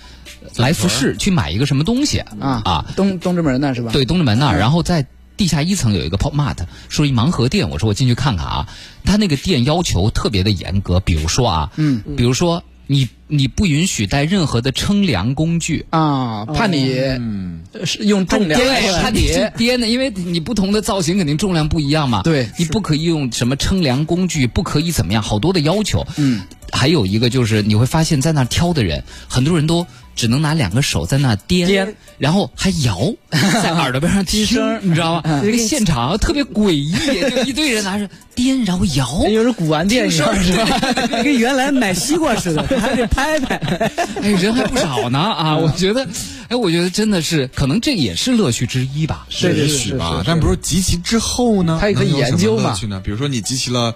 [SPEAKER 2] 来福士去买一个什么东西
[SPEAKER 5] 啊嗯
[SPEAKER 2] 啊，
[SPEAKER 5] 东东直门那是吧？
[SPEAKER 2] 对，东直门那儿，然后在地下一层有一个 Pop Mart，说一盲盒店，我说我进去看看啊，他那个店要求特别的严格，比如说啊，
[SPEAKER 5] 嗯，
[SPEAKER 2] 比如说你你不允许带任何的称量工具。
[SPEAKER 5] 啊，怕你
[SPEAKER 3] 嗯，
[SPEAKER 5] 呃是用重量
[SPEAKER 2] 对，
[SPEAKER 5] 来
[SPEAKER 2] 它
[SPEAKER 5] 判
[SPEAKER 2] 你是
[SPEAKER 5] 别。
[SPEAKER 2] 颠的，因为你不同的造型肯定重量不一样嘛。
[SPEAKER 5] 对
[SPEAKER 2] 你不可以用什么称量工具，不可以怎么样，好多的要求。
[SPEAKER 5] 嗯，
[SPEAKER 2] 还有一个就是你会发现在那儿挑的人，很多人都只能拿两个手在那儿颠，
[SPEAKER 5] 颠
[SPEAKER 2] 然后还摇，
[SPEAKER 5] [laughs]
[SPEAKER 2] 在耳朵边上听声，你知道
[SPEAKER 5] 嗯
[SPEAKER 2] 吗？那个现场啊特别诡异，就一堆人
[SPEAKER 5] [laughs]
[SPEAKER 2] 拿着颠，然后摇。
[SPEAKER 5] 又是古玩店一样是吧？
[SPEAKER 4] [laughs] 跟原来买西瓜似的， [laughs] 还得拍拍。
[SPEAKER 5] [laughs]
[SPEAKER 2] 哎，人还不少呢啊！
[SPEAKER 5] 嗯
[SPEAKER 2] 我觉得，哎，我觉得真的是，可能这也是乐趣之一吧。
[SPEAKER 5] 是
[SPEAKER 3] 也
[SPEAKER 5] 是
[SPEAKER 3] 许
[SPEAKER 5] 是
[SPEAKER 3] 吧。
[SPEAKER 5] 是
[SPEAKER 3] 但比如说集齐之后呢，
[SPEAKER 5] 它也可以
[SPEAKER 3] 能有什么
[SPEAKER 5] 研究嘛
[SPEAKER 3] 乐趣呢？比如说你集齐了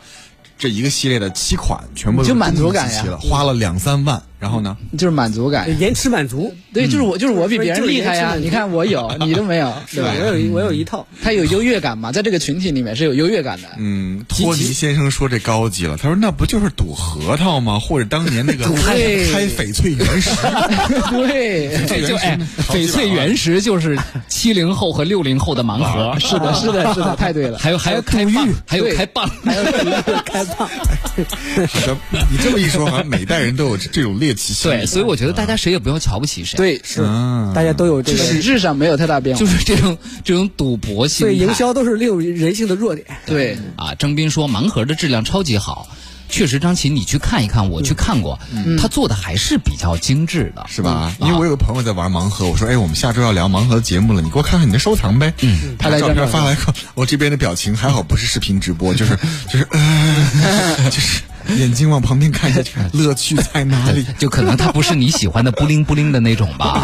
[SPEAKER 3] 这一个系列的七款，全部都
[SPEAKER 5] 你就是满足感
[SPEAKER 3] 集齐
[SPEAKER 5] 呀
[SPEAKER 3] 了，花了两三万，然后呢？
[SPEAKER 5] 就是满足感。
[SPEAKER 4] 延迟满足，
[SPEAKER 5] 对，就是我，就是我比别人厉害呀！
[SPEAKER 4] 就是
[SPEAKER 5] 你看我有，你都没有，
[SPEAKER 4] 是
[SPEAKER 5] 对
[SPEAKER 4] 吧
[SPEAKER 5] 吧？？
[SPEAKER 4] 我有一我有一套， [laughs]
[SPEAKER 5] 他有优越感嘛，在这个群体里面是有优越感的。
[SPEAKER 3] 嗯，托尼先生说这高级了，他说那不就是赌核桃吗？或者当年那
[SPEAKER 5] [laughs]
[SPEAKER 3] 个开
[SPEAKER 5] 对
[SPEAKER 3] 开翡翠原石，
[SPEAKER 5] [laughs] [laughs] 对，
[SPEAKER 2] [laughs] 哎，就哎，
[SPEAKER 5] 啊
[SPEAKER 2] 翡
[SPEAKER 3] 原石
[SPEAKER 2] 翠原石就是七零后和六零后的盲 [laughs] 盒，
[SPEAKER 5] 啊是的，是的，是的，太对了。
[SPEAKER 2] 还有还有开蚌，还有
[SPEAKER 5] 对
[SPEAKER 2] 开蚌，
[SPEAKER 4] 开
[SPEAKER 5] [laughs]
[SPEAKER 4] 放。
[SPEAKER 3] 好像你这么一说，好像每代人都有这种猎奇心理。
[SPEAKER 2] 对，所以我觉得大家谁也不要瞧不起谁。
[SPEAKER 5] 对，
[SPEAKER 4] 是
[SPEAKER 3] 嗯，
[SPEAKER 4] 大家都有这个，
[SPEAKER 5] 本质上没有太大变化
[SPEAKER 2] 就。是这种这种赌博心
[SPEAKER 4] 所
[SPEAKER 2] 态。
[SPEAKER 4] 以营销都是利用人性的弱点。
[SPEAKER 5] 对，
[SPEAKER 2] 啊，张斌说盲盒的质量超级好，确实，张琴你去看一看，我去
[SPEAKER 5] 嗯
[SPEAKER 2] 看过，他做的还是比较精致的，
[SPEAKER 3] 是吧？因
[SPEAKER 4] 嗯
[SPEAKER 3] 为
[SPEAKER 4] 啊
[SPEAKER 3] 我有个朋友在玩盲盒，我说，哎，我们下周要聊盲盒的节目了，你给我看看你的收藏呗。嗯，他把照片发来后，我这边的表情还好，不是视频直播，
[SPEAKER 4] [laughs]
[SPEAKER 3] 就是就是呃，就是眼睛往旁边看一下，就是乐趣在哪
[SPEAKER 4] [laughs]
[SPEAKER 3] 里？
[SPEAKER 2] 就可能它不是你喜欢的 [laughs] 布灵布灵的那种吧。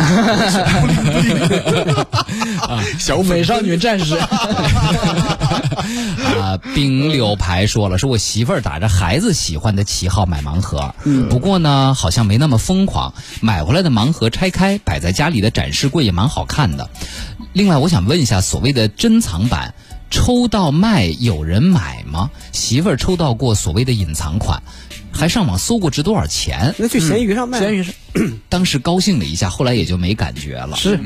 [SPEAKER 3] 小
[SPEAKER 5] 美
[SPEAKER 3] 粉
[SPEAKER 5] 少女战士，
[SPEAKER 2] [laughs] 啊，冰柳牌说了，说我媳妇儿打着孩子喜欢的旗号买盲盒，不过呢，好像没那么疯狂。买回来的盲盒拆开摆在家里的展示柜也蛮好看的。另外，我想问一下，所谓的珍藏版。抽到卖有人买吗？媳妇儿抽到过所谓的隐藏款，还上网搜过值多少钱，
[SPEAKER 4] 那去闲鱼上卖，
[SPEAKER 2] 嗯
[SPEAKER 5] 咸鱼是
[SPEAKER 2] 当时高兴了一下，后来也就没感觉了。啊
[SPEAKER 5] 是，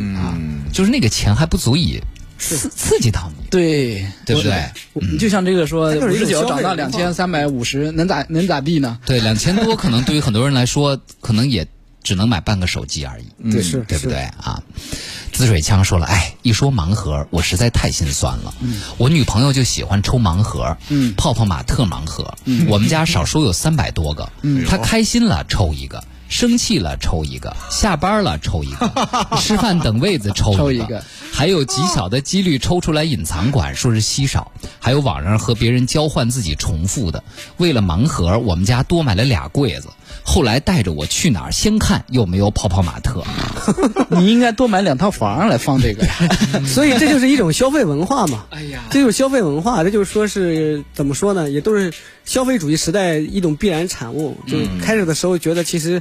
[SPEAKER 2] 就是那个钱还不足以刺刺激到你，
[SPEAKER 5] 对，
[SPEAKER 2] 对不对？
[SPEAKER 5] 我就像这个说
[SPEAKER 4] 它就
[SPEAKER 5] 五
[SPEAKER 4] 是一
[SPEAKER 5] 十
[SPEAKER 4] 种
[SPEAKER 5] 九
[SPEAKER 4] 消费
[SPEAKER 5] 涨到
[SPEAKER 4] 文
[SPEAKER 5] 两
[SPEAKER 4] 化
[SPEAKER 5] 千三百五十，能咋能咋地
[SPEAKER 2] [laughs]
[SPEAKER 5] 呢？
[SPEAKER 2] 对，两千多可能对于很多人来说，可能也只能买半个手机而已，
[SPEAKER 4] 对是
[SPEAKER 2] 嗯对不对？啊？滋水枪说了，哎，一说盲盒，我实在太心酸了。我女朋友就喜欢抽盲盒，
[SPEAKER 5] 嗯
[SPEAKER 2] 泡泡玛特盲盒，我们家少说有三百多个，
[SPEAKER 5] 嗯哎
[SPEAKER 2] 她开心了抽一个。生气了抽一个，下班了抽一
[SPEAKER 5] [laughs]
[SPEAKER 2] 个，吃饭等位子抽
[SPEAKER 5] 抽
[SPEAKER 2] 一
[SPEAKER 5] 一
[SPEAKER 2] 个，
[SPEAKER 5] 个
[SPEAKER 2] 还有极小的几率抽出来隐藏款，说是稀少。还有网上和别人交换自己重复的。为了盲盒，我们家多买了俩柜子。后来带着我去哪儿，先看有没有泡泡玛特。
[SPEAKER 5] 你应该多买两套房来放这个呀。
[SPEAKER 4] 所以这就是一种消费文化嘛。 [laughs] 哎呀，这就是消费文化，这就是说是怎么说
[SPEAKER 2] 嗯
[SPEAKER 4] 呢？也都是消费主义时代一种必然产物。就是开始的时候觉得其实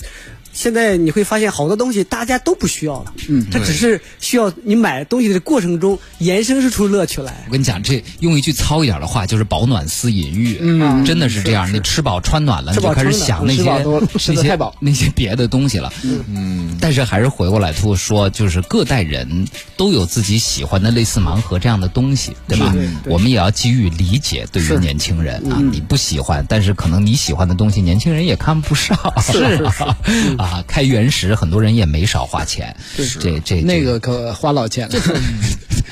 [SPEAKER 4] 现在你会发现好多东西大家都不需要了，嗯，它只是需要你买东西的过程中延伸出乐趣来。
[SPEAKER 2] 我跟你讲，这用一句糙一点的话，就是饱暖思淫欲，
[SPEAKER 5] 嗯
[SPEAKER 2] 真的是这样。你吃饱穿暖了，你
[SPEAKER 4] 吃
[SPEAKER 2] 就
[SPEAKER 4] 饱
[SPEAKER 2] 开始
[SPEAKER 4] 撑的
[SPEAKER 2] 想那
[SPEAKER 5] 吃
[SPEAKER 2] 些
[SPEAKER 5] 饱
[SPEAKER 2] [laughs]
[SPEAKER 5] 多了吃
[SPEAKER 2] 那
[SPEAKER 5] 得
[SPEAKER 2] 些
[SPEAKER 5] 太饱
[SPEAKER 2] 那些别的东西了。嗯，但是还是回过来说说，就是各代人都有自己喜欢的类似盲盒这样的东西，对吧？
[SPEAKER 4] 是对对
[SPEAKER 2] 我们也要给予理解，对于
[SPEAKER 4] 是
[SPEAKER 2] 年轻人啊，你不喜欢，但是可能你喜欢的东西，年轻人也看不上。是 [laughs] 啊，开源时很多人也没少花钱。这这
[SPEAKER 5] 那个可花老钱了。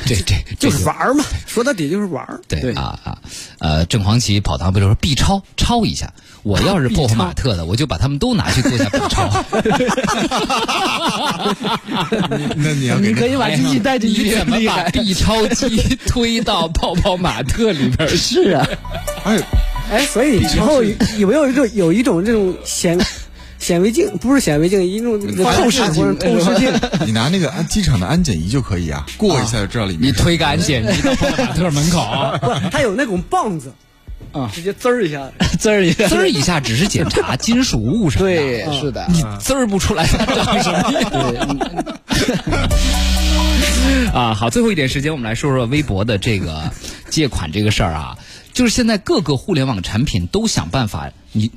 [SPEAKER 2] 这这这
[SPEAKER 4] 就是玩儿嘛，说到底就是玩儿。
[SPEAKER 2] 对
[SPEAKER 5] 对
[SPEAKER 2] 啊啊，呃，正黄旗跑堂不就说必抄抄一下？我要 [laughs] 是薄荷马特的，我就把他们都拿去做一下必 [laughs] 抄。
[SPEAKER 3] 那你要给
[SPEAKER 5] 你可
[SPEAKER 3] 那
[SPEAKER 5] 以把机器带进去，
[SPEAKER 2] 你怎么
[SPEAKER 5] 厉
[SPEAKER 2] 把
[SPEAKER 5] 害
[SPEAKER 2] 必抄机推到泡泡玛特里边儿？
[SPEAKER 5] 是啊，
[SPEAKER 3] 哎，
[SPEAKER 4] 哎，所以以后有没有一种有一种这种显 [laughs] 显微镜，不是显微镜，一种
[SPEAKER 5] 嗯透视
[SPEAKER 4] 或者
[SPEAKER 5] 镜
[SPEAKER 4] 透视镜， [laughs]
[SPEAKER 3] 你拿那个安机场的安检仪就可以啊，过一下就知道里
[SPEAKER 2] [laughs]
[SPEAKER 3] 面。
[SPEAKER 2] 你
[SPEAKER 4] 啊
[SPEAKER 2] 推个安检仪到泡泡玛特门口，
[SPEAKER 4] 不，它有那种棒子，
[SPEAKER 5] 啊
[SPEAKER 4] 直接滋儿一下，
[SPEAKER 5] 滋儿一下。
[SPEAKER 2] 滋儿一下只是检查金属物什么的，
[SPEAKER 5] 对，是的。
[SPEAKER 2] 你滋儿不出来它长什么样。 [laughs] 啊，好，最后一点时间，我们来说说微博的这个借款这个事儿啊，就是现在各个互联网产品都想办法，你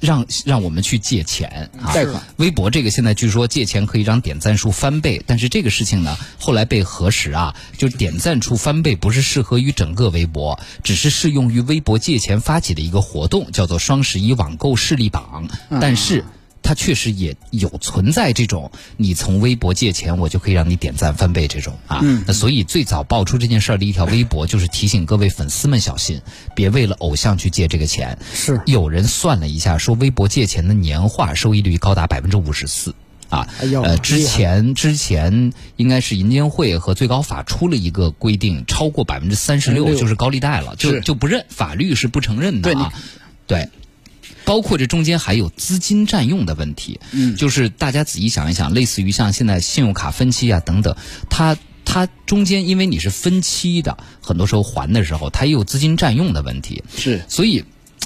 [SPEAKER 2] 让让我们去借钱啊，
[SPEAKER 5] 贷款。
[SPEAKER 2] 微博这个现在据说借钱可以让点赞数翻倍，但是这个事情呢，后来被核实啊，就是点赞数翻倍不是适合于整个微博，只是适用于微博借钱发起的一个活动，叫做双十一网购势力榜，
[SPEAKER 5] 嗯
[SPEAKER 2] 但是。它确实也有存在这种，你从微博借钱，我就可以让你点赞翻倍这种啊。
[SPEAKER 4] 嗯
[SPEAKER 2] 那所以最早爆出这件事儿的一条微博，就是提醒各位粉丝们小心，别为了偶像去借这个钱。
[SPEAKER 4] 是
[SPEAKER 2] 有人算了一下，说微博借钱的年化收益率高达百分之五十四。啊，
[SPEAKER 4] 哎呦
[SPEAKER 2] 呃，
[SPEAKER 4] 厉害
[SPEAKER 2] 之前之前应该是银监会和最高法出了一个规定，超过百分之三十六
[SPEAKER 5] 36%
[SPEAKER 2] 就是高利贷了，就是就不认，法律是不承认的
[SPEAKER 5] 对你
[SPEAKER 2] 啊。对，包括这中间还有资金占用的问题，嗯，就是大家仔细想一想，类似于像现在信用卡分期啊等等，它它中间因为你是分期的，很多时候还的时候，它也有资金占用的问题，
[SPEAKER 5] 是
[SPEAKER 2] 所以。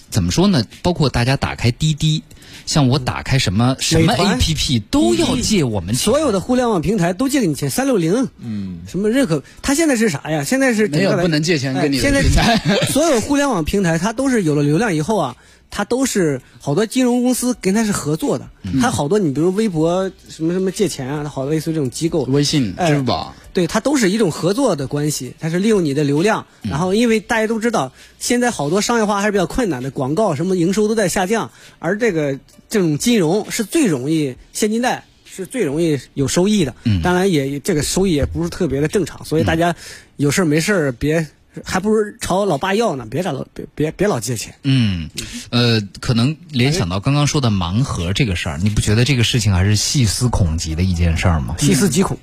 [SPEAKER 2] 怎么说呢？包括大家打开滴滴，像我打开什么什么
[SPEAKER 4] 美团
[SPEAKER 2] APP 都要借我
[SPEAKER 5] 哎
[SPEAKER 2] 们钱
[SPEAKER 4] 所有的互联网平台都借给你钱，三六零，嗯，什么任何，它现在是啥呀？现在是整
[SPEAKER 5] 没有
[SPEAKER 4] 个来
[SPEAKER 5] 不能借钱
[SPEAKER 4] 哎
[SPEAKER 5] 跟你的
[SPEAKER 4] 现在
[SPEAKER 5] 平台
[SPEAKER 4] [laughs] 所有互联网平台，它都是有了流量以后啊，它都是好多金融公司跟它是合作的，
[SPEAKER 5] 嗯
[SPEAKER 4] 它好多你比如微博什么什么借钱啊，它好多类似于这种机构，
[SPEAKER 5] 微信、
[SPEAKER 4] 哎
[SPEAKER 5] 支付宝，
[SPEAKER 4] 对，它都是一种合作的关系，它是利用你的流量，然后因为大家都知道，现在好多商业化还是比较困难的，广告什么营收都在下降，而这个这种金融是最容易现金贷。是最容易有收益的，当然也这个收益也不是特别的正常，所以大家有事儿没事儿别，还不如朝老爸要呢，别找老别别别老借钱。
[SPEAKER 2] 嗯，呃，可能联想到刚刚说的盲盒这个事儿，你不觉得这个事情还是细思恐极的一件事儿吗？
[SPEAKER 4] 细思极恐，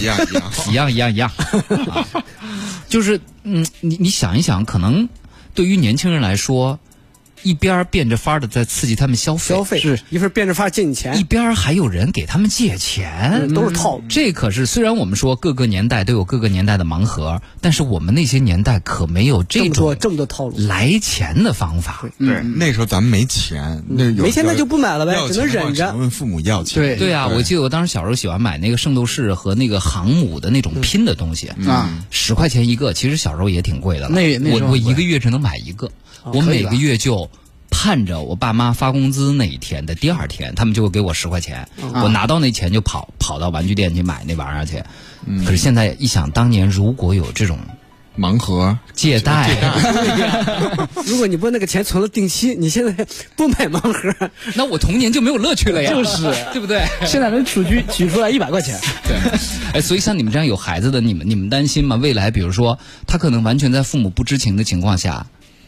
[SPEAKER 3] 一样
[SPEAKER 2] 一
[SPEAKER 3] 一样。
[SPEAKER 2] 样一样一样，
[SPEAKER 4] [laughs]
[SPEAKER 2] 啊、就是嗯，你你想一想，可能对于年轻人来说，一边儿变着法儿的在刺激他们消费，
[SPEAKER 4] 消费
[SPEAKER 5] 是
[SPEAKER 4] 一份变着法儿借你
[SPEAKER 2] 一
[SPEAKER 4] 钱，
[SPEAKER 2] 边儿还有人给他们借钱，
[SPEAKER 4] 嗯都是套路
[SPEAKER 2] 这可是虽然我们说各个年代都有各个年代的盲盒，但是我们那些年代可没有
[SPEAKER 4] 这
[SPEAKER 2] 这
[SPEAKER 4] 么多
[SPEAKER 2] 种
[SPEAKER 4] 这么多套路，
[SPEAKER 2] 来钱的方法。
[SPEAKER 3] 对，那时候咱们没钱，那有
[SPEAKER 4] 嗯没钱那就不买了呗
[SPEAKER 3] 要
[SPEAKER 4] 只能
[SPEAKER 3] 钱的话
[SPEAKER 4] 忍着
[SPEAKER 3] 问父母要钱。
[SPEAKER 5] 对
[SPEAKER 2] 对啊，我记得我当时小时候喜欢买那个圣斗士和那个航母的那种拼的东西，
[SPEAKER 5] 啊，
[SPEAKER 2] 十块钱一个，其实小时候也挺贵的了。
[SPEAKER 5] 那那时
[SPEAKER 2] 我
[SPEAKER 5] 候
[SPEAKER 2] 我
[SPEAKER 5] 很贵哦
[SPEAKER 2] 一个月只能买一个，我
[SPEAKER 5] 可以
[SPEAKER 2] 每个
[SPEAKER 5] 吧
[SPEAKER 2] 月就盼着我爸妈发工资那一天的第二天，他们就会给我十块钱，
[SPEAKER 5] 啊
[SPEAKER 2] 我拿到那钱就跑跑到玩具店去买那玩意儿去。
[SPEAKER 5] 嗯
[SPEAKER 2] 可是现在一想，当年如果有这种
[SPEAKER 3] 盲盒，
[SPEAKER 2] 借贷，
[SPEAKER 4] [laughs] 如果你不那个钱存了定期，你现在不买盲
[SPEAKER 5] [laughs]
[SPEAKER 4] 盒，
[SPEAKER 2] [laughs] 那我童年就没有乐趣了呀，
[SPEAKER 5] 就是，
[SPEAKER 2] [laughs] 对不对？
[SPEAKER 5] 现在能储蓄取出来一百块钱，
[SPEAKER 2] 对，哎，所以像你们这样有孩子的，你们你们担心吗？未来比如说他可能完全在父母不知情的情况下，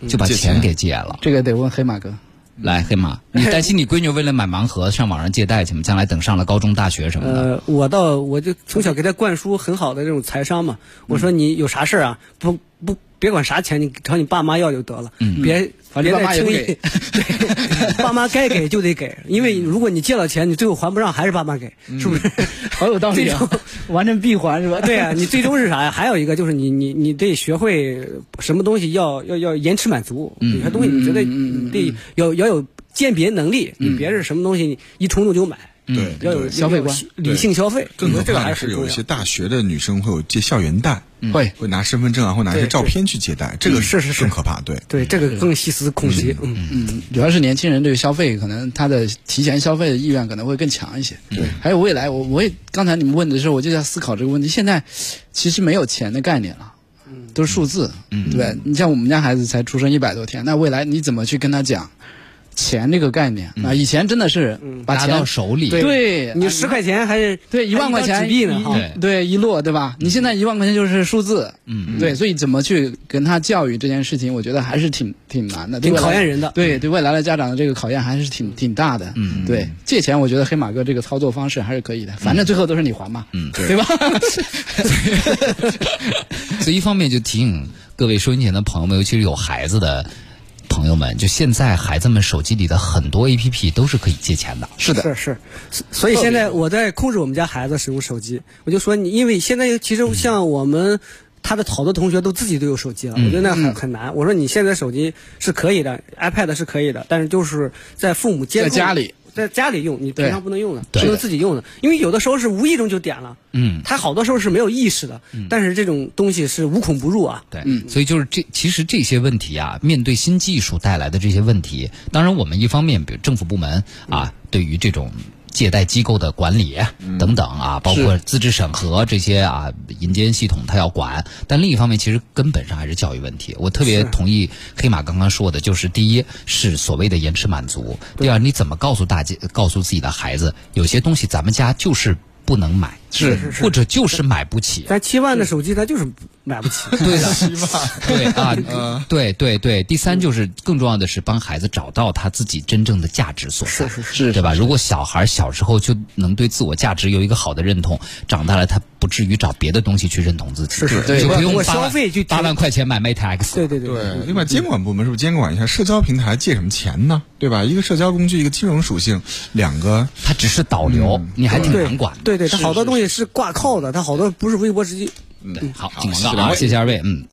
[SPEAKER 2] 就把
[SPEAKER 3] 借
[SPEAKER 2] 钱
[SPEAKER 3] 钱
[SPEAKER 2] 给借了。
[SPEAKER 5] 这个得问黑马哥。
[SPEAKER 2] 来，黑马，你担心你闺女为了买盲盒上网上借贷去吗？将来等上了高中、大学什么的，
[SPEAKER 4] 呃，我倒我就从小给他灌输很好的这种财商嘛。我说你有啥事儿啊，不不别管啥钱，你找你爸妈要就得了，别
[SPEAKER 5] 反
[SPEAKER 4] 别
[SPEAKER 5] 嗯正爸
[SPEAKER 4] 再
[SPEAKER 5] 妈也
[SPEAKER 4] 轻
[SPEAKER 5] 不
[SPEAKER 4] 易
[SPEAKER 5] 给。
[SPEAKER 4] [laughs]
[SPEAKER 5] 嗯
[SPEAKER 4] 对，爸妈该给就得给，因为如果你借了钱，你最后还不上，还是爸妈给，是不是？
[SPEAKER 5] 好有道理啊
[SPEAKER 4] 这种，
[SPEAKER 5] [laughs] 完成闭环是 [laughs] 吧？
[SPEAKER 4] 对啊，你最终是啥呀？还有一个就是你你你得学
[SPEAKER 5] 嗯
[SPEAKER 4] 会什么东西要要要延迟满足，有些东西你觉得你得要要有鉴别能力，你别是什么东西你一冲动就买，
[SPEAKER 3] 对
[SPEAKER 4] 嗯要有
[SPEAKER 5] 消费观，
[SPEAKER 4] 理性消费，
[SPEAKER 3] 更可
[SPEAKER 4] 我觉得这个
[SPEAKER 3] 怕
[SPEAKER 4] 还
[SPEAKER 3] 的
[SPEAKER 4] 是
[SPEAKER 3] 是
[SPEAKER 4] 很重
[SPEAKER 3] 有
[SPEAKER 4] 要
[SPEAKER 3] 一些大学的女生会有借校园贷，
[SPEAKER 5] 会
[SPEAKER 3] 会拿身份证啊，会拿一些
[SPEAKER 4] 对
[SPEAKER 3] 照片去借贷，这个
[SPEAKER 4] 是是是
[SPEAKER 3] 更可怕。对，
[SPEAKER 4] 对这个更细思恐极，嗯，
[SPEAKER 5] 嗯，主要是年轻人对于消费，可能他的提前消费的意愿可能会更强一些。对，还有未来，我我也刚才你们问的时候，我就在思考这个问题。现在其实没有钱的概念了，都是数字，嗯、对吧？你像我们家孩子才出生一百多天，那未来你怎么去跟他讲钱这个概念？啊，以前真的是把
[SPEAKER 2] 拿
[SPEAKER 5] 钱
[SPEAKER 2] 到手里，
[SPEAKER 5] 对，
[SPEAKER 4] 你
[SPEAKER 5] 啊
[SPEAKER 4] 十块钱还是
[SPEAKER 5] 对，一万块
[SPEAKER 4] 还一
[SPEAKER 5] 钱
[SPEAKER 4] 张纸币呢
[SPEAKER 5] 一
[SPEAKER 4] 哈，
[SPEAKER 2] 对
[SPEAKER 5] 对，一摞，对吧？你现在一万块钱就是数字，嗯，对，所以怎么去跟他教育这件事情，我觉得还是挺挺难的，对
[SPEAKER 4] 挺
[SPEAKER 5] 未来
[SPEAKER 4] 考验人的
[SPEAKER 5] 对对，未来的家长的这个考验还是挺挺大的，嗯，对，借钱我觉得黑马哥这个操作方式还是可以的，反正最后都是你还嘛，嗯，对吧？
[SPEAKER 2] 所以一方面就提醒各位收音前的朋友们，尤其是有孩子的朋友们，就现在孩子们手机里的很多 A P P 都是可以借钱的。
[SPEAKER 5] 是
[SPEAKER 4] [laughs]
[SPEAKER 5] 的，
[SPEAKER 4] 是是，所所以现在我在控制我们家孩子使用手机，我就说你，因为现在其实像我们。他的好多同学都自己都有手机了，
[SPEAKER 5] 嗯
[SPEAKER 4] 我觉得那很很难。我说你现在手机是可以的，iPad 是可以的，但是就是在父母监控
[SPEAKER 5] 在家里，
[SPEAKER 4] 在家里用，你
[SPEAKER 5] 对
[SPEAKER 4] 平常不能用的，
[SPEAKER 2] 对
[SPEAKER 4] 不能自己用的，因为有的时候是无意中就点了，
[SPEAKER 2] 嗯，
[SPEAKER 4] 他好多时候是没有意识的，
[SPEAKER 5] 嗯
[SPEAKER 4] 但是这种东西是无孔不入啊，
[SPEAKER 2] 对，所以就是这，其实这些问题啊，面对新技术带来的这些问题，当然我们一方面，比如政府部门啊，对于这种。借贷机构的管理等等啊，包括资质审核这些啊，银监系统它要管。但另一方面，其实根本上还是教育问题。我特别同意黑马刚刚说的，就是第一是所谓的延迟满足，第二你怎么告诉大家、告诉自己的孩子，有些东西咱们家就是不能买，
[SPEAKER 5] 是
[SPEAKER 4] 是
[SPEAKER 2] 或者就是买不起。
[SPEAKER 4] 咱七万的手机咱就是买不
[SPEAKER 5] [laughs]
[SPEAKER 4] 起，
[SPEAKER 2] 对的，对啊，对对对。第三就是更重要的是帮孩子找到他自己真正的价值所在，
[SPEAKER 4] 是
[SPEAKER 5] 是
[SPEAKER 2] 对吧？如果小孩小时候就能对自我价值有一个好的认同，长大了他不至于找别的东西去认同自己，
[SPEAKER 4] 是是
[SPEAKER 5] 对
[SPEAKER 2] 就不
[SPEAKER 4] 我
[SPEAKER 2] 用八
[SPEAKER 4] 消
[SPEAKER 2] 万
[SPEAKER 4] 费就
[SPEAKER 2] 八万块钱买 Mate X，
[SPEAKER 4] 对对对
[SPEAKER 3] 对，另外监管部门是不是监管一下社交平台借什么钱呢？对吧？一个社交工具，一个金融属性，两个
[SPEAKER 2] 他只是导流，你还挺难管的。
[SPEAKER 4] 对对，它好多东西是挂靠的，它好多不是微博直接
[SPEAKER 2] 对，好，
[SPEAKER 3] 好
[SPEAKER 2] 进广告
[SPEAKER 3] 谢谢
[SPEAKER 2] 啊，
[SPEAKER 3] 两位
[SPEAKER 2] 谢谢二位，嗯。